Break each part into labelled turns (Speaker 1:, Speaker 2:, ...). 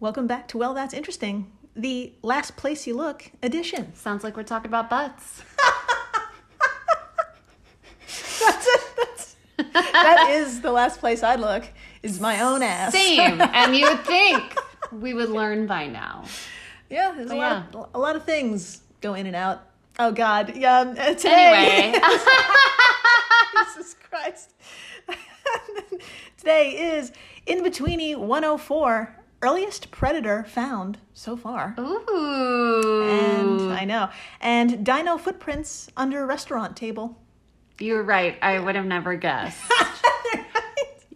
Speaker 1: Welcome back to Well, That's Interesting, the Last Place You Look edition.
Speaker 2: Sounds like we're talking about butts.
Speaker 1: That's, that's, that is the last place I'd look, is my own ass.
Speaker 2: Same. and you would think we would learn by now.
Speaker 1: Yeah, there's a,
Speaker 2: Oh,
Speaker 1: lot of, a lot of things go in and out. Oh, God. Yeah, um, uh, today.
Speaker 2: Anyway,
Speaker 1: Jesus Christ. today is In Betweeny 104, Earliest Predator Found So Far.
Speaker 2: ooh,
Speaker 1: And I know. And dino footprints under a restaurant table.
Speaker 2: you're right. I would have never guessed.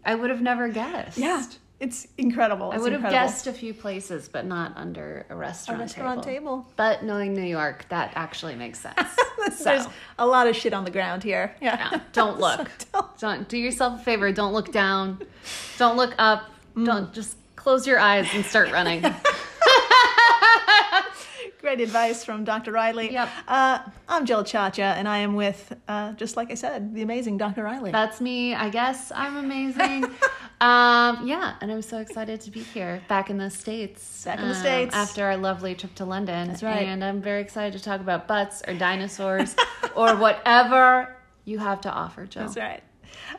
Speaker 2: I would have never guessed.
Speaker 1: Yeah, it's incredible.
Speaker 2: I
Speaker 1: It's
Speaker 2: would have
Speaker 1: incredible.
Speaker 2: guessed a few places, but not under a restaurant,
Speaker 1: restaurant table.
Speaker 2: But knowing New York, that actually makes sense.
Speaker 1: There's
Speaker 2: so
Speaker 1: a lot of shit on the ground here. Yeah,
Speaker 2: yeah, don't look.
Speaker 1: don't-
Speaker 2: Don't do yourself a favor. Don't look down. Don't look up. Don't just close your eyes and start running.
Speaker 1: great advice from Dr. Riley.
Speaker 2: Yep.
Speaker 1: Uh, I'm Jill Chacha, and I am with, uh, just like I said, the amazing Dr. Riley.
Speaker 2: That's me. I guess I'm amazing. um, yeah, and I'm so excited to be here back in the States.
Speaker 1: Back in the
Speaker 2: um,
Speaker 1: States.
Speaker 2: After our lovely trip to London. That's
Speaker 1: right.
Speaker 2: And I'm very excited to talk about butts or dinosaurs or whatever you have to offer, Jill.
Speaker 1: That's right.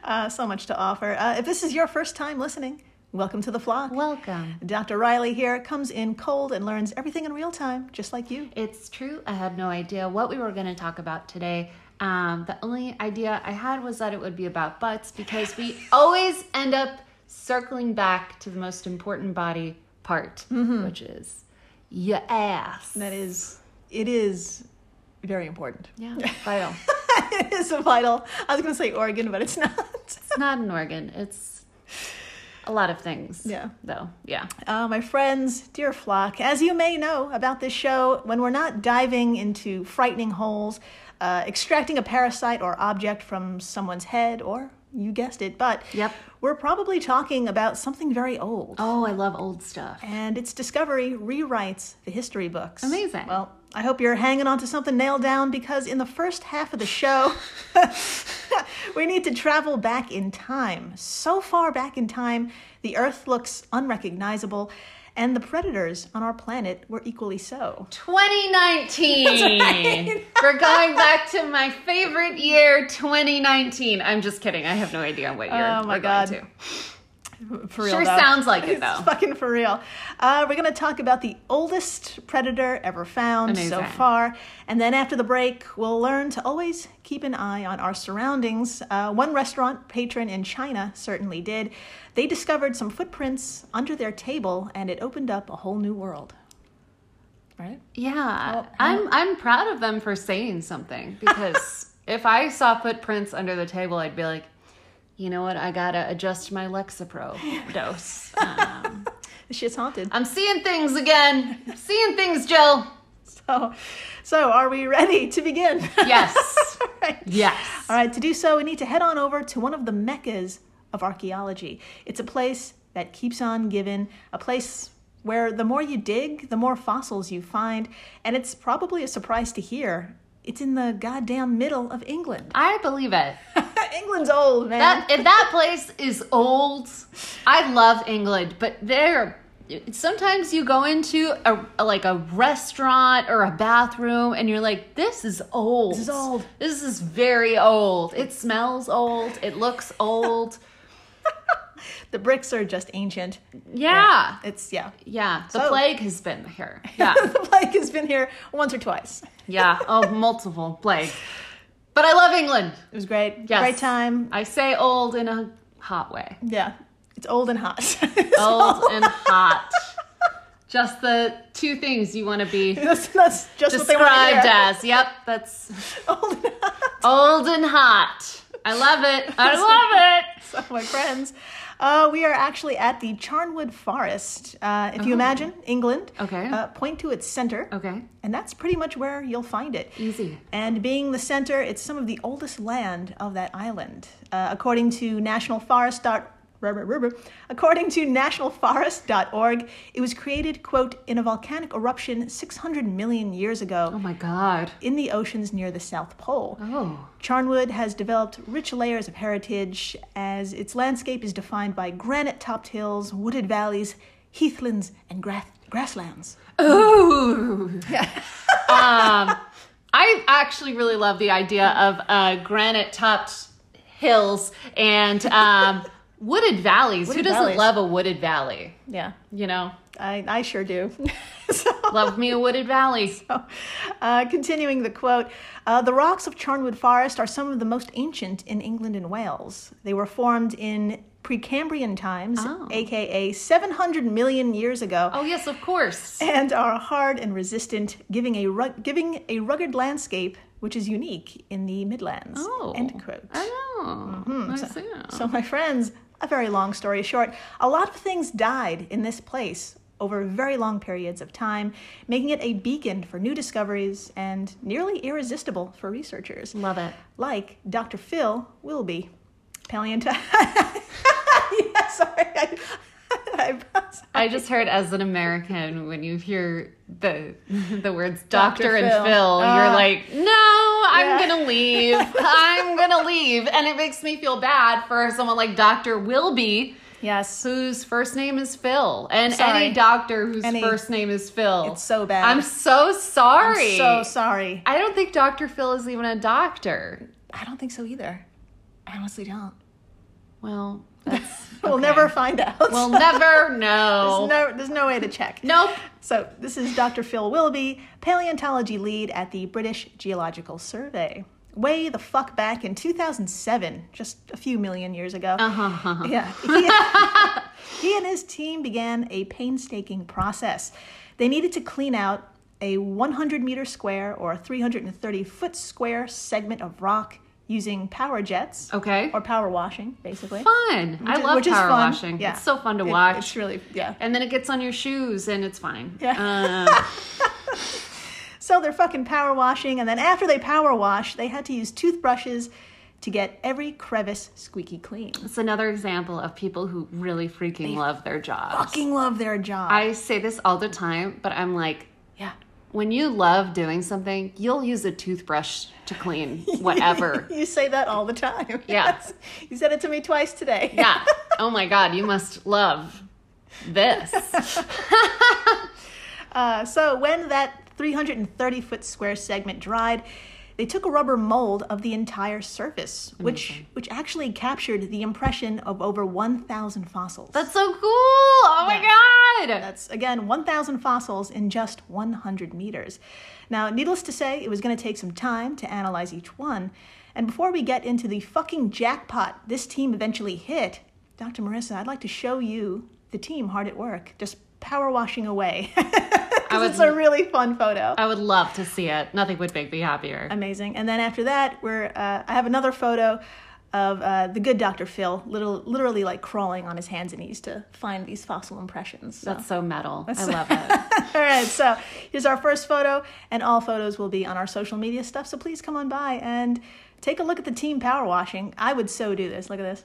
Speaker 1: Uh, so much to offer. Uh, if this is your first time listening, welcome to the flock.
Speaker 2: Welcome.
Speaker 1: Dr. Riley here comes in cold and learns everything in real time, just like you.
Speaker 2: It's true. I had no idea what we were going to talk about today. Um, the only idea I had was that it would be about butts because we always end up circling back to the most important body part, which is your ass.
Speaker 1: That is, it is very important.
Speaker 2: Yeah, vital.
Speaker 1: it is a vital. I was going to say organ, but it's not.
Speaker 2: it's not an organ. It's a lot of things.
Speaker 1: Yeah.
Speaker 2: Though. Yeah.
Speaker 1: Uh, my friends, dear flock, as you may know about this show, when we're not diving into frightening holes, uh, extracting a parasite or object from someone's head, or you guessed it, but
Speaker 2: Yep.
Speaker 1: we're probably talking about something very old.
Speaker 2: Oh, I love old stuff.
Speaker 1: And its discovery rewrites the history books.
Speaker 2: Amazing.
Speaker 1: Well, I hope you're hanging on to something nailed down because in the first half of the show, we need to travel back in time. So far back in time, the Earth looks unrecognizable, and the predators on our planet were equally so.
Speaker 2: 2019. We're going back to my favorite year, 2019. I'm just kidding. I have no idea what year.
Speaker 1: Oh my
Speaker 2: we're
Speaker 1: God.
Speaker 2: Going to.
Speaker 1: For real,
Speaker 2: Sure
Speaker 1: though.
Speaker 2: sounds like it
Speaker 1: It's
Speaker 2: though.
Speaker 1: fucking for real. Uh, we're going to talk about the oldest predator ever found so
Speaker 2: Amazing.
Speaker 1: far. And then after the break, we'll learn to always keep an eye on our surroundings. Uh, one restaurant patron in China certainly did. They discovered some footprints under their table, and it opened up a whole new world. Right?
Speaker 2: Yeah, I'm I'm proud of them for saying something because if I saw footprints under the table, I'd be like, you know what? I gotta adjust my Lexapro dose. Um,
Speaker 1: The shit's haunted.
Speaker 2: I'm seeing things again. I'm seeing things, Jill.
Speaker 1: So, so are we ready to begin?
Speaker 2: Yes.
Speaker 1: All right.
Speaker 2: Yes.
Speaker 1: All right, to do so, we need to head on over to one of the meccas of archaeology. It's a place that keeps on giving, a place where the more you dig, the more fossils you find. And it's probably a surprise to hear it's in the goddamn middle of England.
Speaker 2: I believe it.
Speaker 1: England's old, man.
Speaker 2: That if that place is old. I love England, but there sometimes you go into a, a- like a restaurant or a bathroom and you're like this is old. This
Speaker 1: is old.
Speaker 2: This is very old. It smells old. It looks old.
Speaker 1: the bricks are just ancient.
Speaker 2: Yeah.
Speaker 1: It's, yeah.
Speaker 2: Yeah, the
Speaker 1: So-
Speaker 2: plague has been here. Yeah.
Speaker 1: the plague has been here once or twice.
Speaker 2: Yeah, oh multiple plagues. But I love England.
Speaker 1: It was great.
Speaker 2: Yes.
Speaker 1: Great time.
Speaker 2: I say old in a hot way.
Speaker 1: Yeah. It's old and hot.
Speaker 2: Old and hot. Just the two things you want to be
Speaker 1: that's, that's just what they want to
Speaker 2: described
Speaker 1: hear.
Speaker 2: as. Yep, that's
Speaker 1: Old and hot.
Speaker 2: old and hot. I love it. I love it.
Speaker 1: So, my friends, uh, we are actually at the Charnwood Forest. Uh, if you imagine England,
Speaker 2: Oh. Okay.
Speaker 1: uh, point to its center,
Speaker 2: Okay,
Speaker 1: and that's pretty much where you'll find it.
Speaker 2: easy.
Speaker 1: And being the center, it's some of the oldest land of that island. Uh, according to National Forest. Dot, rub- rub- rub- According to nationalforest.org, it was created, quote, in a volcanic eruption 600 million years
Speaker 2: Oh
Speaker 1: ago
Speaker 2: my god.
Speaker 1: in the oceans near the South Pole.
Speaker 2: Oh,
Speaker 1: Charnwood has developed rich layers of heritage as its landscape is defined by granite topped hills, wooded valleys, heathlands, and grass grasslands.
Speaker 2: Ooh. um, I actually really love the idea of uh, granite topped hills and um, wooded valleys.
Speaker 1: Wooded
Speaker 2: Who doesn't
Speaker 1: valleys.
Speaker 2: love a wooded valley?
Speaker 1: Yeah,
Speaker 2: You know,
Speaker 1: I, I sure do. so,
Speaker 2: love me a wooded valley.
Speaker 1: uh, continuing the quote, uh, the rocks of Charnwood Forest are some of the most ancient in England and Wales. They were formed in Precambrian times,
Speaker 2: Oh.
Speaker 1: aka 700 million years ago.
Speaker 2: Oh, yes, of course.
Speaker 1: and are hard and resistant, giving a rug- giving a rugged landscape which is unique in the Midlands.
Speaker 2: Oh.
Speaker 1: End quote.
Speaker 2: I know. I see.
Speaker 1: So, my friends, a very long story short, a lot of things died in this place over very long periods of time, making it a beacon for new discoveries and nearly irresistible for researchers,
Speaker 2: Love it.
Speaker 1: like Dr. Phil Wilby, paleontologist. yeah, sorry. I, I,
Speaker 2: I just heard as an American when you hear the the words doctor, and
Speaker 1: Phil.
Speaker 2: Phil,
Speaker 1: Ah.
Speaker 2: you're like, no, I'm
Speaker 1: Yeah.
Speaker 2: gonna leave. I'm gonna leave, and it makes me feel bad for someone like Doctor Wilby,
Speaker 1: yes.
Speaker 2: whose first name is Phil, and
Speaker 1: Sorry.
Speaker 2: any doctor whose
Speaker 1: Any-
Speaker 2: first name is Phil.
Speaker 1: It's so bad.
Speaker 2: I'm so sorry.
Speaker 1: So sorry.
Speaker 2: I don't think Doctor Phil is even a doctor.
Speaker 1: I don't think so either. I honestly don't.
Speaker 2: Well, that's,
Speaker 1: We'll never find out.
Speaker 2: we'll never
Speaker 1: there's,
Speaker 2: know.
Speaker 1: no, there's no way to check.
Speaker 2: nope.
Speaker 1: So, this is Dr. Phil Willoughby, paleontology lead at the British Geological Survey. Way the fuck back in 2007, just a few million years ago. Yeah. He, he and his team began a painstaking process. They needed to clean out a 100 meter square or 330 foot square segment of rock using power jets
Speaker 2: Okay.
Speaker 1: or power washing, basically.
Speaker 2: fun. I
Speaker 1: Which-
Speaker 2: love
Speaker 1: which is
Speaker 2: power
Speaker 1: fun.
Speaker 2: washing.
Speaker 1: Yeah.
Speaker 2: It's so fun to
Speaker 1: It-
Speaker 2: watch.
Speaker 1: It's really yeah.
Speaker 2: and then it gets on your shoes and it's fine.
Speaker 1: Yeah.
Speaker 2: Um,
Speaker 1: So they're fucking power washing, and then after they power wash, they had to use toothbrushes to get every crevice squeaky clean.
Speaker 2: it's another example of people who really freaking love their jobs.
Speaker 1: Fucking love their job.
Speaker 2: I say this all the time, but I'm like,
Speaker 1: yeah.
Speaker 2: when you love doing something, you'll use a toothbrush to clean whatever.
Speaker 1: you say that all the time.
Speaker 2: Yeah.
Speaker 1: Yes. You said it to me twice today.
Speaker 2: yeah. Oh my God, you must love this.
Speaker 1: Uh, so when that 330 foot square segment dried, they took a rubber mold of the entire surface, which which actually captured the impression of over 1,000 fossils.
Speaker 2: That's so cool. Oh my God.
Speaker 1: That's again 1,000 fossils in just 100 meters. Now, needless to say, it was going to take some time to analyze each one. And before we get into the fucking jackpot this team eventually hit, Dr. Marissa, I'd like to show you the team hard at work, just power washing away. 'Cause
Speaker 2: would-
Speaker 1: it's a really fun photo.
Speaker 2: I would love to see it. Nothing would make me happier.
Speaker 1: Amazing. And then after that, we're uh, I have another photo of uh, the good Dr. Phil, little, literally like crawling on his hands and knees to find these fossil impressions. So.
Speaker 2: That's so metal. I love it.
Speaker 1: All right, so here's our first photo, and all photos will be on our social media stuff. So please come on by and take a look at the team power washing. I would so do this. Look at this.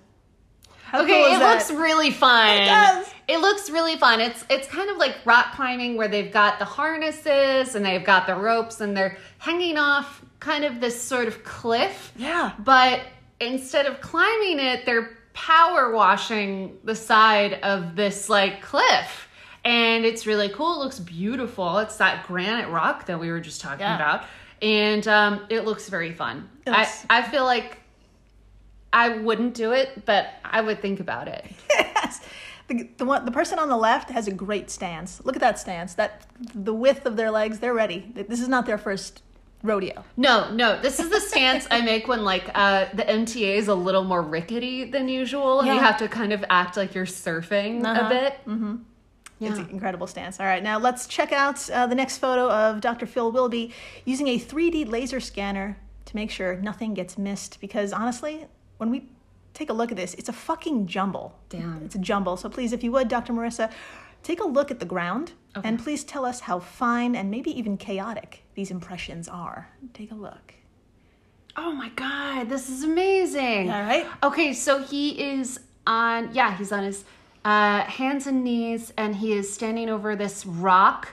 Speaker 1: How
Speaker 2: Okay,
Speaker 1: cool is
Speaker 2: it
Speaker 1: that?
Speaker 2: looks really fun. It
Speaker 1: does.
Speaker 2: looks really fun. It's it's kind of like rock climbing where they've got the harnesses and they've got the ropes and they're hanging off kind of this sort of cliff.
Speaker 1: Yeah.
Speaker 2: But instead of climbing it, they're power washing the side of this like cliff. And it's really cool. It looks beautiful. It's that granite rock that we were just talking
Speaker 1: Yeah.
Speaker 2: about. And um, it looks very fun.
Speaker 1: It
Speaker 2: I,
Speaker 1: looks-
Speaker 2: I feel like I wouldn't do it, but I would think about it.
Speaker 1: yes. The, the one the person on the left has a great stance. Look at that stance. That the width of their legs. They're ready. This is not their first rodeo.
Speaker 2: No, no, this is the stance I make when like uh, the MTA is a little more rickety than usual. and You
Speaker 1: Yeah.
Speaker 2: have to kind of act like you're surfing
Speaker 1: Uh-huh.
Speaker 2: a bit.
Speaker 1: It's
Speaker 2: Yeah.
Speaker 1: an incredible stance. All right, now let's check out uh, the next photo of Dr. Phil Wilby using a 3D laser scanner to make sure nothing gets missed. Because honestly, when we take a look at this, it's a fucking jumble.
Speaker 2: Damn.
Speaker 1: It's a jumble. So please, if you would, Dr. Marissa, take a look at the ground and please tell us how fine and maybe even chaotic these impressions are. Take a look.
Speaker 2: Oh my god, this is amazing.
Speaker 1: All right.
Speaker 2: Okay, so he is on yeah, he's on his uh, hands and knees and he is standing over this rock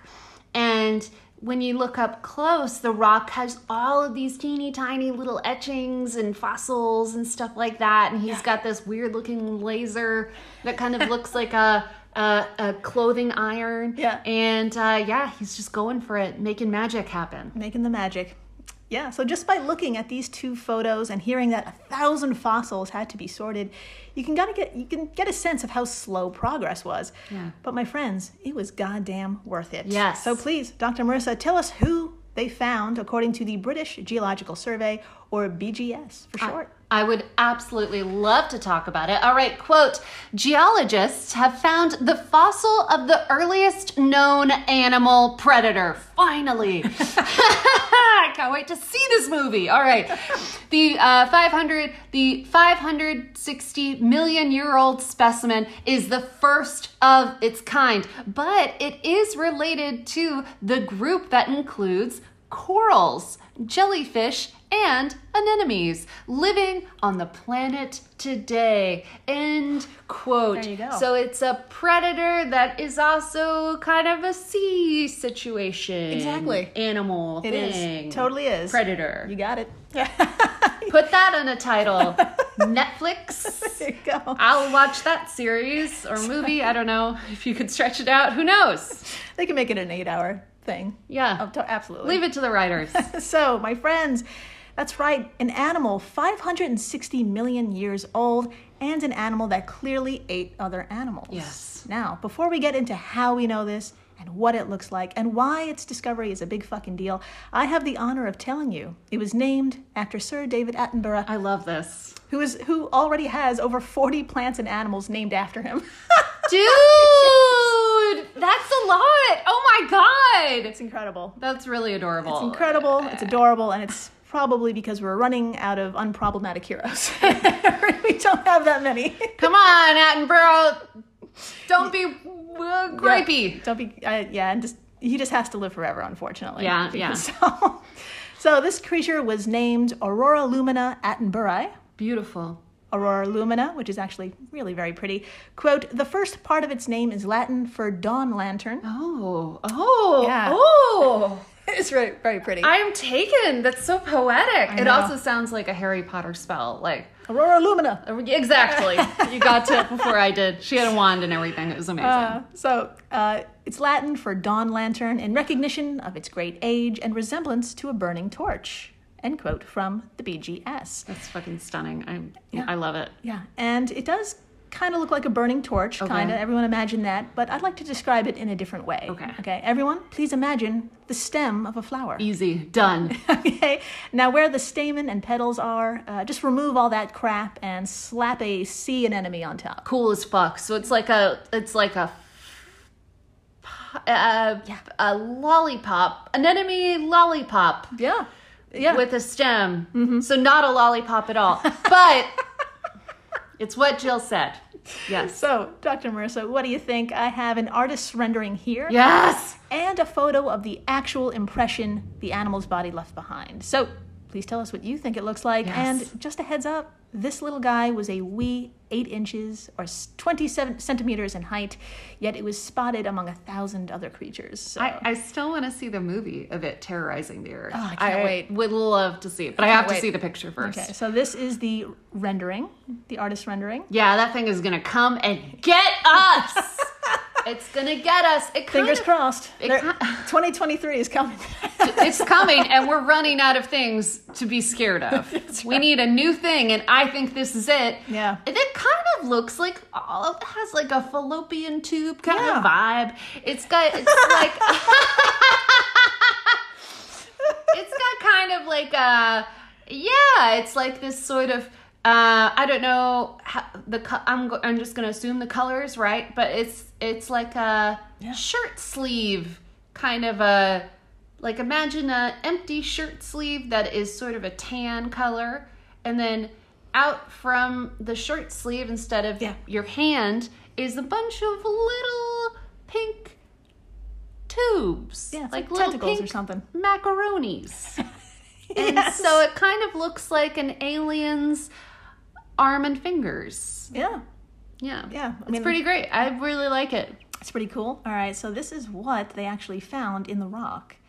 Speaker 2: and when you look up close, the rock has all of these teeny tiny little etchings and fossils and stuff like that. And he's got this weird looking laser that kind of looks like a uh, a clothing iron.
Speaker 1: Yeah.
Speaker 2: And uh, yeah, he's just going for it, making magic happen.
Speaker 1: making the magic. Yeah, so just by looking at these two photos and hearing that a thousand fossils had to be sorted, you can gotta get you can get a sense of how slow progress was.
Speaker 2: Yeah.
Speaker 1: But my friends, it was goddamn worth it.
Speaker 2: Yes.
Speaker 1: So please, Dr. Marissa, tell us who they found according to the British Geological Survey, or BGS for short.
Speaker 2: I would absolutely love to talk about it. All right, quote Geologists have found the fossil of the earliest known animal predator. Finally. I can't wait to see this movie. All right. The uh, 500, the 560 million year old specimen is the first of its kind, but it is related to the group that includes corals, jellyfish, and anemones living on the planet today. End quote.
Speaker 1: There you go.
Speaker 2: So it's a predator that is also kind of a sea situation.
Speaker 1: Exactly.
Speaker 2: Animal
Speaker 1: It is.
Speaker 2: thing.
Speaker 1: Totally is.
Speaker 2: Predator.
Speaker 1: You got it.
Speaker 2: Put that on a title. Netflix.
Speaker 1: there you go.
Speaker 2: I'll watch that series or movie. I don't know if you could stretch it out. Who knows?
Speaker 1: They can make it an eight hour thing.
Speaker 2: Yeah.
Speaker 1: Oh, to- absolutely.
Speaker 2: Leave it to the writers.
Speaker 1: So, my friends, that's right, an animal 560 million years old and an animal that clearly ate other animals.
Speaker 2: Yes.
Speaker 1: Now, before we get into how we know this and what it looks like and why its discovery is a big fucking deal, I have the honor of telling you it was named after Sir David Attenborough,
Speaker 2: I love this.
Speaker 1: who is who already has over 40 plants and animals named after him.
Speaker 2: Dude, that's a lot. Oh my god.
Speaker 1: it's incredible.
Speaker 2: That's really adorable.
Speaker 1: It's incredible, it's adorable, and it's probably because we're running out of unproblematic heroes. we don't have that many.
Speaker 2: Come on, Attenborough. Don't be uh, gripey.
Speaker 1: Yeah, don't be. Uh, yeah, and just he just has to live forever, unfortunately.
Speaker 2: Yeah, yeah.
Speaker 1: So, so this creature was named Aurora lumina attenborough.
Speaker 2: Beautiful.
Speaker 1: Aurora lumina, which is actually really very pretty. Quote: The first part of its name is Latin for dawn lantern.
Speaker 2: Oh, oh,
Speaker 1: Yeah.
Speaker 2: oh.
Speaker 1: It's very, very pretty.
Speaker 2: I am taken. That's so poetic. It
Speaker 1: know.
Speaker 2: also sounds like a Harry Potter spell. Like, uh,
Speaker 1: Aurora lumina.
Speaker 2: exactly. you got to it before I did. She had a wand and everything. It was amazing.
Speaker 1: Uh, so uh, it's Latin for dawn lantern in recognition of its great age and resemblance to a burning torch. End quote from the BGS.
Speaker 2: That's fucking stunning. I, I love it.
Speaker 1: Yeah, and it does kind of look like a burning torch, kind of. Everyone imagine that, but I'd like to describe it in a different way.
Speaker 2: Okay.
Speaker 1: Okay, everyone, please imagine the stem of a flower.
Speaker 2: Easy. Done.
Speaker 1: okay, now where the stamen and petals are, uh, just remove all that crap and slap a sea anemone on top.
Speaker 2: cool as fuck. So it's like a it's like a uh, a lollipop, an enemy lollipop
Speaker 1: Yeah, yeah. Mm-hmm.
Speaker 2: with a stem. So not a lollipop at all, but it's what Jill said. Yes.
Speaker 1: so, Dr. Marissa, what do you think? I have an artist's rendering here
Speaker 2: Yes.
Speaker 1: and a photo of the actual impression the animal's body left behind. So please tell us what you think it looks like.
Speaker 2: Yes.
Speaker 1: And just a heads up, this little guy was a wee eight inches or s- 27 centimeters in height, yet it was spotted among a thousand other creatures. So.
Speaker 2: I, I still want to see the movie of it terrorizing the earth.
Speaker 1: Oh, I can't wait.
Speaker 2: Would love to see it, but I, have to
Speaker 1: wait.
Speaker 2: see the picture first.
Speaker 1: okay, so this is the rendering, the artist rendering.
Speaker 2: Yeah, that thing is gonna come and get us. it's gonna get us. It kind
Speaker 1: Fingers
Speaker 2: of
Speaker 1: crossed.
Speaker 2: it
Speaker 1: There-
Speaker 2: kind-
Speaker 1: 2023 is coming.
Speaker 2: it's coming and we're running out of things to be scared of. We need a new thing and I think this is it.
Speaker 1: Yeah.
Speaker 2: And It kind of looks like oh, it has like a fallopian tube kind
Speaker 1: Yeah.
Speaker 2: of vibe. It's got it's like It's got kind of like a yeah, it's like this sort of uh, I don't know how, the co- I'm go- I'm just gonna assume the colors right, but it's it's like a shirt sleeve kind of a like imagine a empty shirt sleeve that is sort of a tan color, and then out from the shirt sleeve instead of
Speaker 1: Yeah.
Speaker 2: your hand is a bunch of little pink tubes,
Speaker 1: Yeah, it's like,
Speaker 2: little
Speaker 1: tentacles or
Speaker 2: pink
Speaker 1: something.
Speaker 2: macaronis. And
Speaker 1: Yes.
Speaker 2: so it kind of looks like an alien's arm and fingers.
Speaker 1: yeah.
Speaker 2: Yeah.
Speaker 1: Yeah, I
Speaker 2: it's
Speaker 1: mean-
Speaker 2: pretty great. I really like it.
Speaker 1: It's pretty cool. All right, so this is what they actually found in the rock.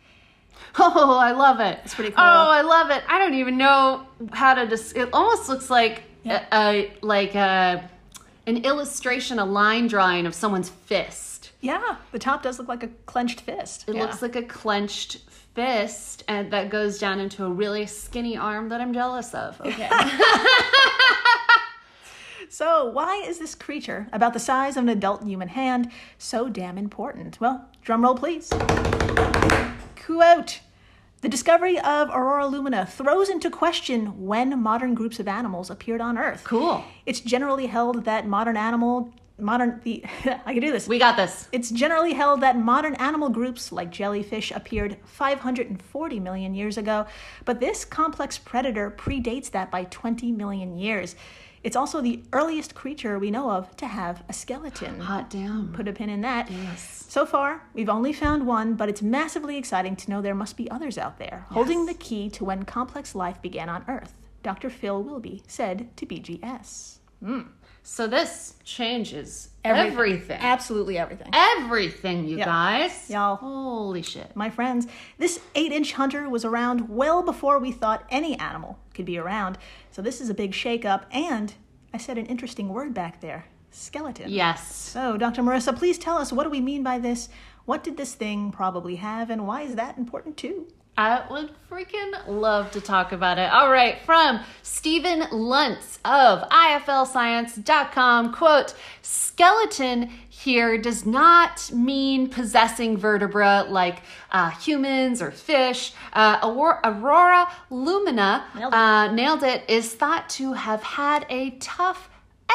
Speaker 2: Oh, I love it. It's
Speaker 1: pretty cool.
Speaker 2: Oh, I love it. I don't even know how to dis- it almost looks like a, a like a an illustration, a line drawing of someone's fist.
Speaker 1: Yeah, the top does look like a clenched fist.
Speaker 2: It
Speaker 1: Yeah.
Speaker 2: looks like a clenched fist and that goes down into a really skinny arm that I'm jealous of. Okay.
Speaker 1: So, why is this creature, about the size of an adult human hand, so damn important? Well, drumroll please. Quote The discovery of Aurora lumina throws into question when modern groups of animals appeared on Earth.
Speaker 2: cool.
Speaker 1: It's generally held that modern animal, modern, the, I can do this.
Speaker 2: We got this.
Speaker 1: It's generally held that modern animal groups like jellyfish appeared 540 million years ago, but this complex predator predates that by 20 million years. It's also the earliest creature we know of to have a skeleton.
Speaker 2: Hot damn.
Speaker 1: Put a pin in that.
Speaker 2: Yes.
Speaker 1: So far, we've only found one, but it's massively exciting to know there must be others out there holding the key to when complex life began on Earth. Dr. Phil Wilby said to BGS.
Speaker 2: So this changes
Speaker 1: Everything.
Speaker 2: everything.
Speaker 1: Absolutely everything.
Speaker 2: Everything, you
Speaker 1: Yeah.
Speaker 2: guys.
Speaker 1: Y'all.
Speaker 2: Holy shit.
Speaker 1: my friends, this 8 inch hunter was around well before we thought any animal could be around. So this is a big shakeup, and I said an interesting word back there skeleton.
Speaker 2: Yes.
Speaker 1: So, Dr. Marissa, please tell us what do we mean by this? What did this thing probably have, and why is that important too?
Speaker 2: I would freaking love to talk about it. All right, from Stephen Luntz of IFLScience.com quote, skeleton here does not mean possessing vertebra like uh, humans or fish. Uh, Aurora, Aurora lumina
Speaker 1: Nailed it.
Speaker 2: uh, nailed it is thought to have had a tough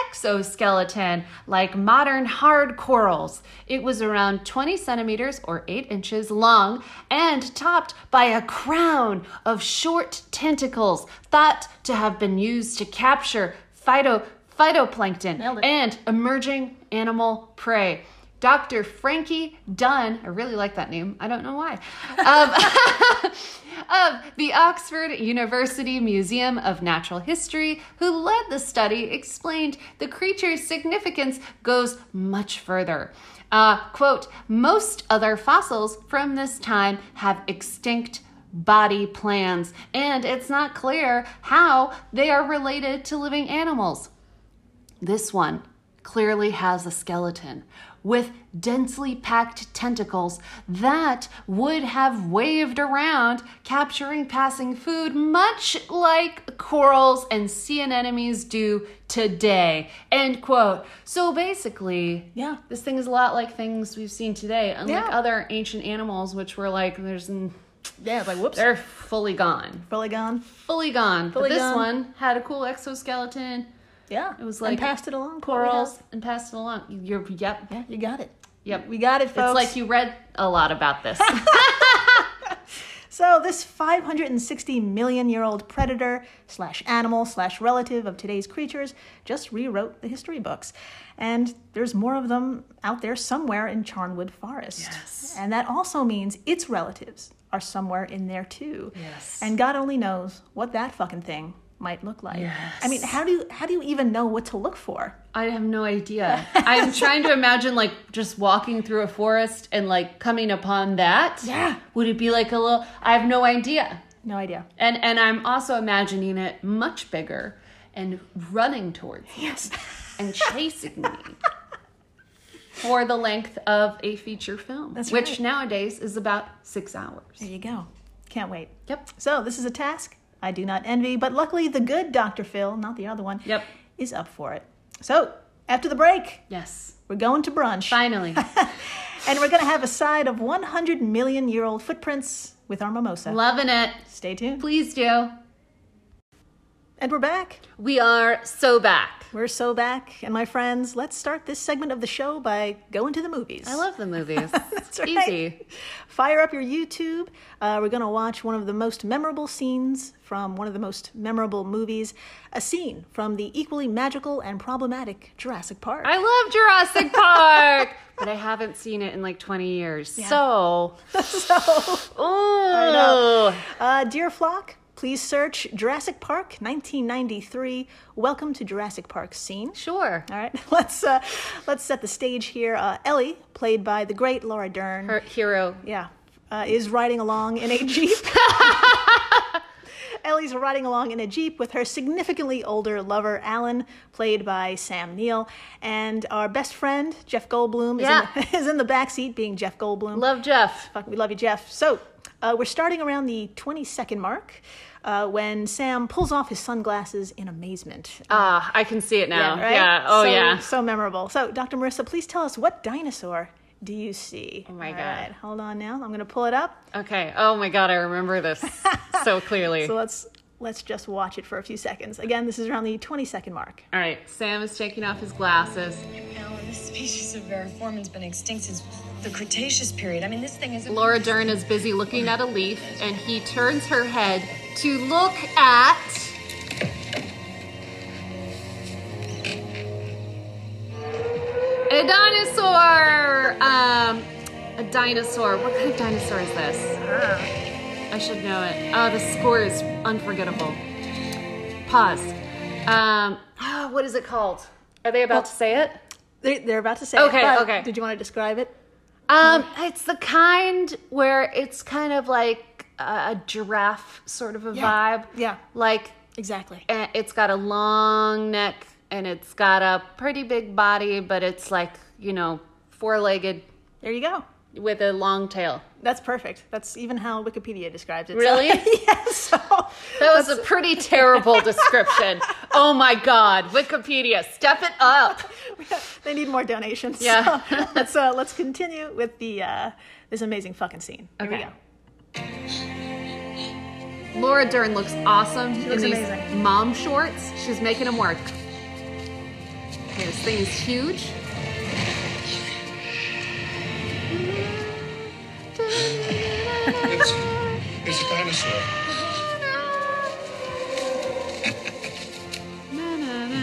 Speaker 2: exoskeleton like modern hard corals. It was around 20 centimeters or 8 inches long and topped by a crown of short tentacles thought to have been used to capture phyto phytoplankton
Speaker 1: Nailed it.
Speaker 2: and emerging animal prey. Dr. Frankie Dunn, I really like that name. I don't know why. Of, of the Oxford University Museum of Natural History, who led the study, explained the creature's significance goes much further. Uh, quote, most other fossils from this time have extinct body plans, and it's not clear how they are related to living animals. This one clearly has a skeleton with densely packed tentacles that would have waved around, capturing passing food, much like corals and sea anemones do today. End quote. So basically,
Speaker 1: Yeah.
Speaker 2: this thing is a lot like things we've seen today, unlike
Speaker 1: Yeah.
Speaker 2: other ancient animals, which were like, there's, n-
Speaker 1: Yeah, it's like whoops.
Speaker 2: they're fully gone,
Speaker 1: Fully gone.
Speaker 2: fully gone.
Speaker 1: Fully
Speaker 2: but this
Speaker 1: gone.
Speaker 2: one had a cool exoskeleton
Speaker 1: Yeah.
Speaker 2: It was
Speaker 1: And
Speaker 2: like
Speaker 1: passed it along.
Speaker 2: corals and pass it along. You're, yep,
Speaker 1: Yeah, you got it.
Speaker 2: yep.
Speaker 1: We got it, folks.
Speaker 2: It's like you read a lot about this.
Speaker 1: So, this 560 million year old predator slash animal slash relative of today's creatures just rewrote the history books. And there's more of them out there somewhere in Charnwood Forest.
Speaker 2: Yes.
Speaker 1: And that also means its relatives are somewhere in there too.
Speaker 2: Yes.
Speaker 1: And God only knows what that fucking thing might look like.
Speaker 2: Yes.
Speaker 1: I mean, how do you, how do you even know what to look for?
Speaker 2: I have no idea. I'm trying to imagine like just walking through a forest and like coming upon that.
Speaker 1: Yeah.
Speaker 2: Would it be like a little I have no idea.
Speaker 1: No idea.
Speaker 2: And and I'm also imagining it much bigger and running towards me
Speaker 1: Yes.
Speaker 2: and chasing me. For the length of a feature film,
Speaker 1: That's
Speaker 2: which
Speaker 1: right.
Speaker 2: nowadays is about six hours.
Speaker 1: there you go. Can't wait.
Speaker 2: Yep.
Speaker 1: So this is a task I do not envy, but luckily the good Dr. Phil, not the other one,
Speaker 2: Yep.
Speaker 1: is up for it. So after the break,
Speaker 2: Yes.
Speaker 1: we're going to brunch.
Speaker 2: Finally.
Speaker 1: And we're going to have a side of 100 million year old footprints with our mimosa.
Speaker 2: Loving it.
Speaker 1: Stay tuned.
Speaker 2: Please do.
Speaker 1: And we're back.
Speaker 2: We are so back.
Speaker 1: We're so back. And my friends, let's start this segment of the show by going to the movies.
Speaker 2: I love the movies. That's
Speaker 1: right.
Speaker 2: Easy.
Speaker 1: Fire up your YouTube. Uh, we're going to watch one of the most memorable scenes from one of the most memorable movies, a scene from the equally magical and problematic Jurassic Park.
Speaker 2: I love Jurassic Park, but I haven't seen it in like 20 years. So,
Speaker 1: so.
Speaker 2: oh,
Speaker 1: Uh, dear flock, please search Jurassic Park 1993. Welcome to Jurassic Park scene.
Speaker 2: sure.
Speaker 1: All right, let's uh, let's set the stage here. Uh, Ellie, played by the great Laura Dern,
Speaker 2: Her hero.
Speaker 1: yeah, uh, is riding along in a jeep. Ellie's riding along in a Jeep with her significantly older lover, Alan, played by Sam Neill. And our best friend, Jeff Goldblum, is,
Speaker 2: Yeah.
Speaker 1: in the, is in the back seat being Jeff Goldblum.
Speaker 2: Love Jeff.
Speaker 1: Fuck, we love you, Jeff. So uh, we're starting around the 20 second mark uh, when Sam pulls off his sunglasses in amazement.
Speaker 2: Ah, I can see it now. Yeah.
Speaker 1: right?
Speaker 2: Oh,
Speaker 1: so,
Speaker 2: yeah.
Speaker 1: So memorable. So, Dr. Marissa, please tell us what dinosaur do you see? Oh
Speaker 2: my God.
Speaker 1: hold on now. I'm going to pull it up.
Speaker 2: Okay. Oh my God, I remember this so clearly.
Speaker 1: So let's let's just watch it for a few seconds. Again, this is around the 20 second mark.
Speaker 2: All right. Sam is taking off his glasses.
Speaker 3: Alan, this species of variformin's been extinct since the Cretaceous period. I mean, this thing is.
Speaker 2: Laura Dern is busy looking at a leaf, and he turns her head to look at. A dinosaur! Um, a dinosaur. What kind of dinosaur is this? I should know it. Oh, the score is unforgettable. Pause. Um, ah, what is it called? Are they about to say it?
Speaker 1: They, they're about to say.
Speaker 2: Okay,
Speaker 1: it, but
Speaker 2: okay.
Speaker 1: Did you want to describe it?
Speaker 2: Um, it's the kind where it's kind of like a a giraffe sort of a
Speaker 1: Yeah,
Speaker 2: vibe.
Speaker 1: yeah.
Speaker 2: Like
Speaker 1: Exactly.
Speaker 2: eh, it's got a long neck and it's got a pretty big body, but it's like, you know, four-legged
Speaker 1: There you go.
Speaker 2: with a long tail.
Speaker 1: That's perfect. That's even how Wikipedia describes it. So-
Speaker 2: Really?
Speaker 1: yes. So
Speaker 2: That was a pretty terrible description. Oh my god, Wikipedia, step it up.
Speaker 1: they need more donations.
Speaker 2: Yeah.
Speaker 1: So let's uh, let's continue with the uh, this amazing fucking scene. Here we
Speaker 2: Okay.
Speaker 1: go.
Speaker 2: Laura Dern looks awesome in
Speaker 1: looks
Speaker 2: these
Speaker 1: amazing.
Speaker 2: mom shorts. She's making them work. Okay, this thing is huge.
Speaker 4: It's, it's a dinosaur.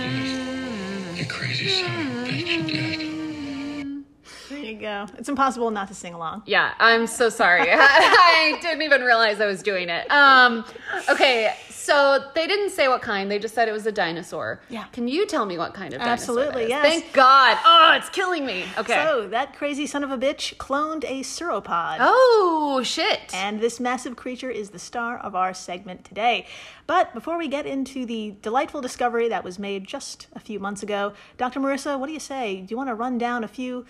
Speaker 4: You crazy son of a bitch, you did.
Speaker 1: There you go. It's impossible not to sing along.
Speaker 2: Yeah, I'm so sorry. I didn't even realize I was doing it. Um, okay, so they didn't say what kind. They just said it was a dinosaur.
Speaker 1: Yeah.
Speaker 2: Can you tell me what kind of dinosaur?
Speaker 1: Absolutely,
Speaker 2: that is?
Speaker 1: yes.
Speaker 2: Thank God. Oh, it's killing me. Okay.
Speaker 1: So that crazy son of a bitch cloned a sauropod.
Speaker 2: oh shit.
Speaker 1: And this massive creature is the star of our segment today. But before we get into the delightful discovery that was made just a few months ago, Dr. Marissa, what do you say? Do you want to run down a few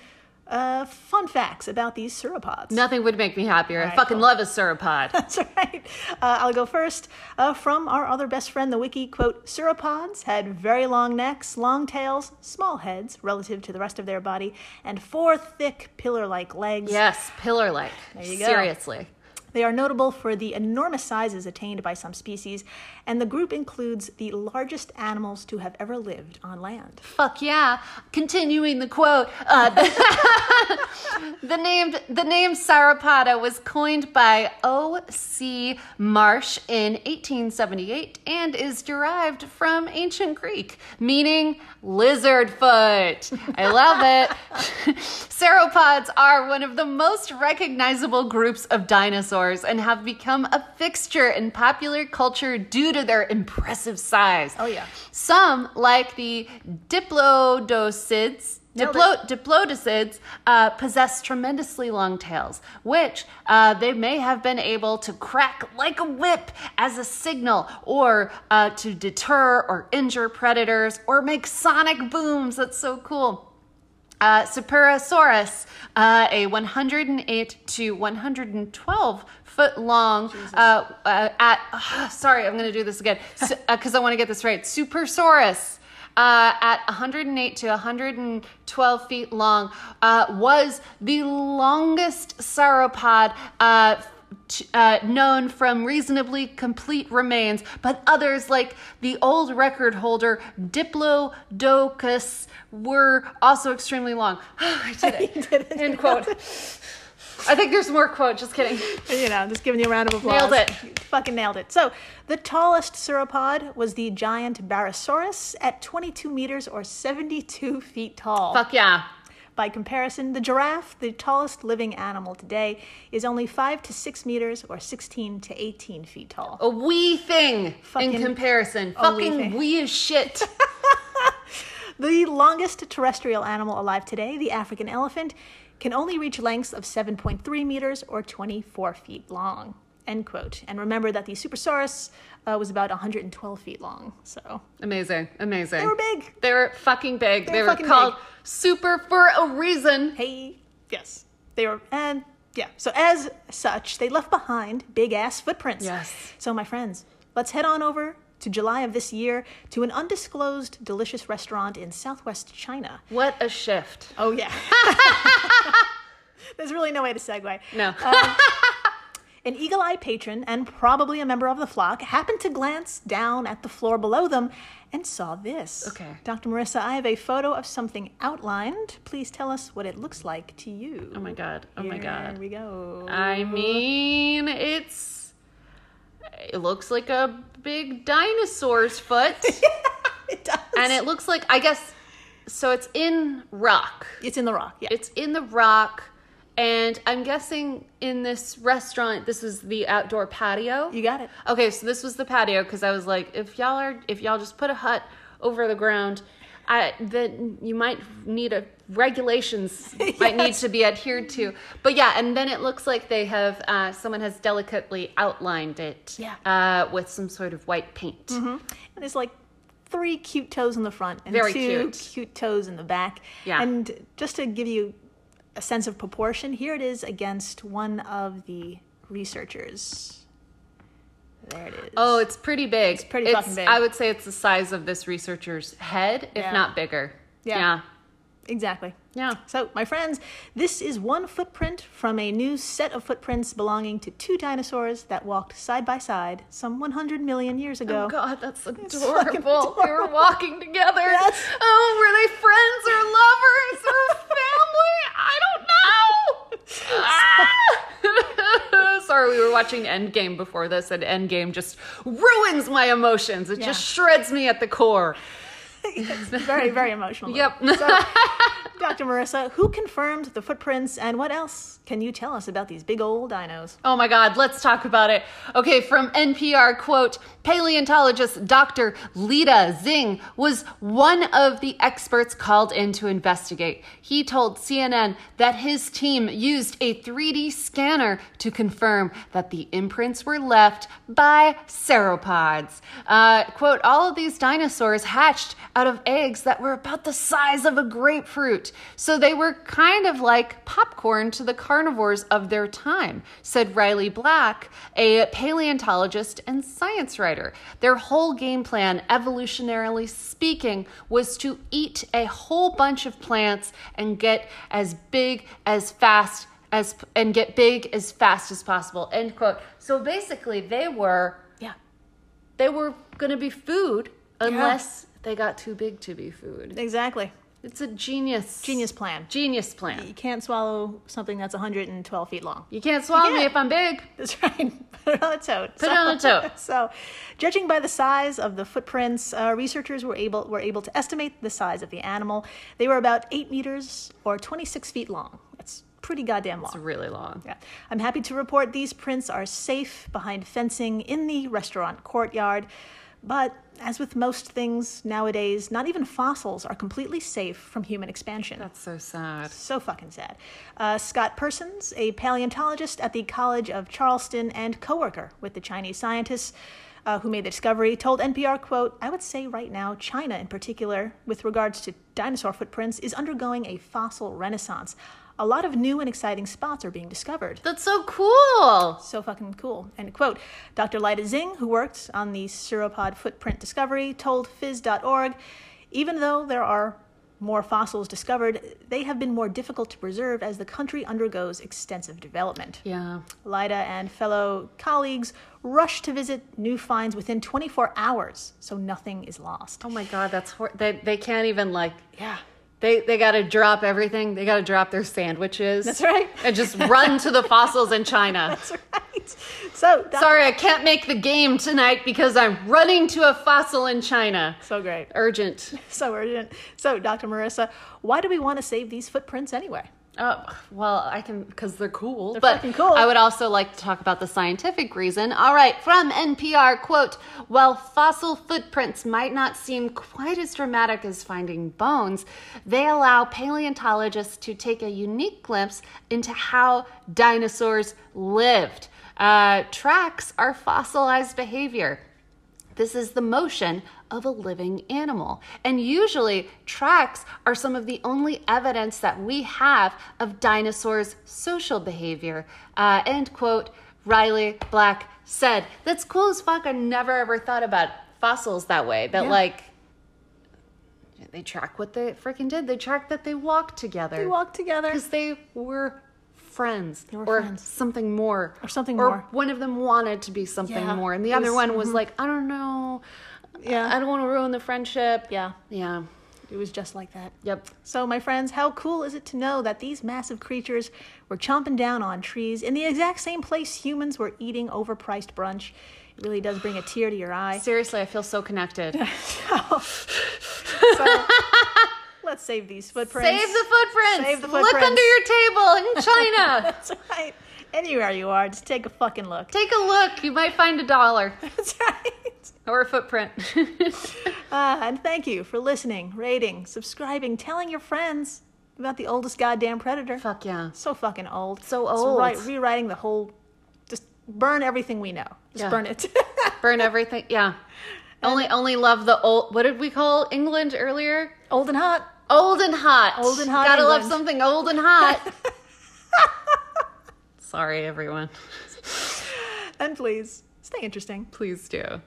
Speaker 1: uh, fun facts about these sauropods?
Speaker 2: Nothing would make me happier. I
Speaker 1: right,
Speaker 2: fucking
Speaker 1: cool.
Speaker 2: love a sauropod.
Speaker 1: That's right. Uh, I'll go first. Uh, from our other best friend, the wiki, quote, Sauropods had very long necks, long tails, small heads relative to the rest of their body, and four thick pillar-like legs.
Speaker 2: yes, pillar like.
Speaker 1: you go.
Speaker 2: Seriously.
Speaker 1: They are notable for the enormous sizes attained by some species, and the group includes the largest animals to have ever lived on land.
Speaker 2: Fuck yeah. Continuing the quote, uh, the, the name the name Sauropoda was coined by O.C. Marsh in 1878 and is derived from ancient Greek, meaning lizard foot. I love it. Sauropods are one of the most recognizable groups of dinosaurs and have become a fixture in popular culture due to their impressive size.
Speaker 1: Oh, yeah.
Speaker 2: Some, like the diplodocids,
Speaker 1: Nailed
Speaker 2: diplo- diplodocids, uh, possess tremendously long tails, which uh, they may have been able to crack like a whip as a signal, or uh, to deter or injure predators, or make sonic booms. That's so cool. Uh, Superosaurus, uh, a 108 to 112 foot long. Uh, uh, at ah, sorry, I'm going to do this again because I want to get this right. Superosaurus. Uh, at 108 to 112 feet long, uh, was the longest sauropod uh, t- uh, known from reasonably complete remains, but others, like the old record holder Diplodocus, were also extremely long. I did it. End quote. I think there's more quote. Just kidding.
Speaker 1: You know, just giving you a round of applause.
Speaker 2: Nailed it.
Speaker 1: You fucking nailed it. So, the tallest sauropod was the giant Barosaurus at 22 meters or 72 feet tall.
Speaker 2: Fuck yeah.
Speaker 1: By comparison, the giraffe, the tallest living animal today, is only 5 to 6 meters or 16 to 18 feet tall.
Speaker 2: A wee thing in
Speaker 1: Fucking
Speaker 2: comparison.
Speaker 1: a wee
Speaker 2: Fucking
Speaker 1: thing.
Speaker 2: wee as shit.
Speaker 1: The longest terrestrial animal alive today, the African elephant, can only reach lengths of 7.3 meters or 24 feet long. End quote. And remember that the Supersaurus uh, was about 112 feet long. So
Speaker 2: Amazing, amazing. They
Speaker 1: were big.
Speaker 2: They were fucking big. They,
Speaker 1: were
Speaker 2: were
Speaker 1: fucking
Speaker 2: called
Speaker 1: big.
Speaker 2: super for a reason.
Speaker 1: Hey, yes, they were, and yeah. So as such, they left behind big ass footprints.
Speaker 2: Yes.
Speaker 1: So my friends, let's head on over to July of this year to an undisclosed delicious restaurant in Southwest China.
Speaker 2: What a shift.
Speaker 1: Oh yeah. There's really no way to segue.
Speaker 2: No.
Speaker 1: Uh, An eagle eyed patron and probably a member of the flock happened to glance down at the floor below them and saw this.
Speaker 2: Okay.
Speaker 1: Dr. Marissa, I have a photo of something outlined. Please tell us what it looks like to you.
Speaker 2: oh my god. Oh my
Speaker 1: Here
Speaker 2: god. Uh,
Speaker 1: we go.
Speaker 2: I mean, it's it looks like a big dinosaur's foot,
Speaker 1: it does.
Speaker 2: and it looks like I guess so. It's in rock.
Speaker 1: it's in the rock. Yeah.
Speaker 2: It's in the rock, and I'm guessing in this restaurant, this is the outdoor patio.
Speaker 1: you got it.
Speaker 2: Okay, so this was the patio because I was like, if y'all are, if y'all just put a hut over the ground, I then you might need a regulations might need to be adhered to. But yeah, and then it looks like they have uh, someone has delicately outlined it
Speaker 1: Yeah. Mm-hmm.
Speaker 2: uh, with some sort of white paint.
Speaker 1: And there's like three cute toes in the front and
Speaker 2: Very
Speaker 1: two
Speaker 2: cute.
Speaker 1: toes in the back.
Speaker 2: Yeah.
Speaker 1: And just to give you a sense of proportion, here it is against one of the researchers. There it is.
Speaker 2: Oh, it's pretty big. It's
Speaker 1: pretty fucking big.
Speaker 2: I would say it's the size of this researcher's head, if
Speaker 1: Yeah.
Speaker 2: not bigger.
Speaker 1: Yeah.
Speaker 2: yeah.
Speaker 1: Exactly.
Speaker 2: Yeah.
Speaker 1: So, my friends, this is one footprint from a new set of footprints belonging to two dinosaurs that walked side by side some 100 million years ago.
Speaker 2: Oh God, that's
Speaker 1: fucking
Speaker 2: adorable. They were
Speaker 1: adorable.
Speaker 2: walking together.
Speaker 1: Yes.
Speaker 2: Oh, were they friends or lovers or family? I don't know. Ah! Sorry, we were watching Endgame before this, and Endgame just ruins my emotions. It just shreds me at the core.
Speaker 1: very, very emotional.
Speaker 2: Yep.
Speaker 1: Dr. Marissa, who confirmed the footprints and what else can you tell us about these big old dinos?
Speaker 2: Oh my God, let's talk about it. Okay, from NPR quote, paleontologist Dr. Lita Zing was one of the experts called in to investigate. He told CNN that his team used a 3D scanner to confirm that the imprints were left by sauropods. Uh, quote, all of these dinosaurs hatched out of eggs that were about the size of a grapefruit. So they were kind of like popcorn to the carnivores of their time, said Riley Black, a paleontologist and science writer. Their whole game plan, evolutionarily speaking, was to eat a whole bunch of plants and get as big as fast as and get big as fast as possible. End quote. So basically they were
Speaker 1: Yeah.
Speaker 2: they were going to be food unless they got too big to be food.
Speaker 1: Exactly.
Speaker 2: It's a genius
Speaker 1: Genius plan.
Speaker 2: genius plan.
Speaker 1: You can't swallow something that's 112 feet long.
Speaker 2: You can't swallow me
Speaker 1: can't.
Speaker 2: if I'm big.
Speaker 1: That's right. Put it on a tote.
Speaker 2: Put it on a tote.
Speaker 1: So, judging by the size of the footprints, uh, researchers were able were able to estimate the size of the animal. They were about eight meters or 26 feet long. That's pretty goddamn long.
Speaker 2: It's really long.
Speaker 1: Yeah. I'm happy to report these prints are safe behind fencing in the restaurant courtyard. But as with most things nowadays, not even fossils are completely safe from human expansion.
Speaker 2: That's so sad.
Speaker 1: So fucking sad. Uh, Scott Persons, a paleontologist at the College of Charleston and coworker with the Chinese scientists uh, who made the discovery, told NPR, "quote I would say right now, China in particular, with regards to dinosaur footprints, is undergoing a fossil renaissance. A lot of new and exciting spots are being discovered."
Speaker 2: That's so cool.
Speaker 1: So fucking cool. End quote. Dr. Lida Zing, who worked on the sauropod footprint discovery, told Phys.org even though there are more fossils discovered, they have been more difficult to preserve as the country undergoes extensive development.
Speaker 2: Yeah.
Speaker 1: Lida and fellow colleagues rushed to visit new finds within 24 hours, so nothing is lost.
Speaker 2: Oh my god, that's hor- they they can't even like
Speaker 1: yeah.
Speaker 2: they they got to drop everything. They got to drop their sandwiches.
Speaker 1: That's right.
Speaker 2: And just run to the fossils in China.
Speaker 1: That's right. So, Dr.
Speaker 2: Sorry, I can't make the game tonight because I'm running to a fossil in China.
Speaker 1: So great.
Speaker 2: Urgent.
Speaker 1: So urgent. So, Dr. Marissa, why do we want to save these footprints anyway?
Speaker 2: Oh, well, I can because they're cool. but
Speaker 1: fucking cool.
Speaker 2: I would also like to talk about the scientific reason. All right, from NPR quote: While fossil footprints might not seem quite as dramatic as finding bones, they allow paleontologists to take a unique glimpse into how dinosaurs lived. Uh, tracks are fossilized behavior. This is the motion of a living animal. And usually, tracks are some of the only evidence that we have of dinosaurs' social behavior. Uh, end quote, Riley Black said. That's cool as fuck. I never ever thought about fossils that way. That,
Speaker 1: Yeah.
Speaker 2: like, they track what they freaking did. They track that they walked together.
Speaker 1: They walk together.
Speaker 2: Because they were friends
Speaker 1: were
Speaker 2: or
Speaker 1: friends.
Speaker 2: something more.
Speaker 1: Or something more.
Speaker 2: One of them wanted to be something
Speaker 1: Yeah.
Speaker 2: more, and the
Speaker 1: It
Speaker 2: other
Speaker 1: was-
Speaker 2: one was mm-hmm. like, I don't know.
Speaker 1: Yeah.
Speaker 2: I don't want to ruin the friendship.
Speaker 1: Yeah,
Speaker 2: Yeah.
Speaker 1: it was just like that.
Speaker 2: Yep.
Speaker 1: So, my friends, how cool is it to know that these massive creatures were chomping down on trees in the exact same place humans were eating overpriced brunch? It really does bring a tear to your eye.
Speaker 2: Seriously, I feel so connected.
Speaker 1: So, let's save these footprints.
Speaker 2: Save the footprints.
Speaker 1: Save the
Speaker 2: Look
Speaker 1: footprints.
Speaker 2: under your table in China.
Speaker 1: That's right. Anywhere you are, just take a fucking look.
Speaker 2: Take a look. You might find a dollar
Speaker 1: That's right.
Speaker 2: or a footprint.
Speaker 1: Uh, and thank you for listening, rating, subscribing, telling your friends about the oldest goddamn predator.
Speaker 2: Fuck yeah.
Speaker 1: So fucking old.
Speaker 2: So
Speaker 1: It's
Speaker 2: old.
Speaker 1: right, rewriting the whole. Just burn everything we know. Just
Speaker 2: Yeah.
Speaker 1: burn it.
Speaker 2: Burn everything. Yeah. Only only love the old what did we call England earlier?
Speaker 1: old and hot.
Speaker 2: Old and hot.
Speaker 1: Old and hot
Speaker 2: Gotta love
Speaker 1: England.
Speaker 2: something old and hot. Sorry, everyone.
Speaker 1: And please stay interesting.
Speaker 2: Please do.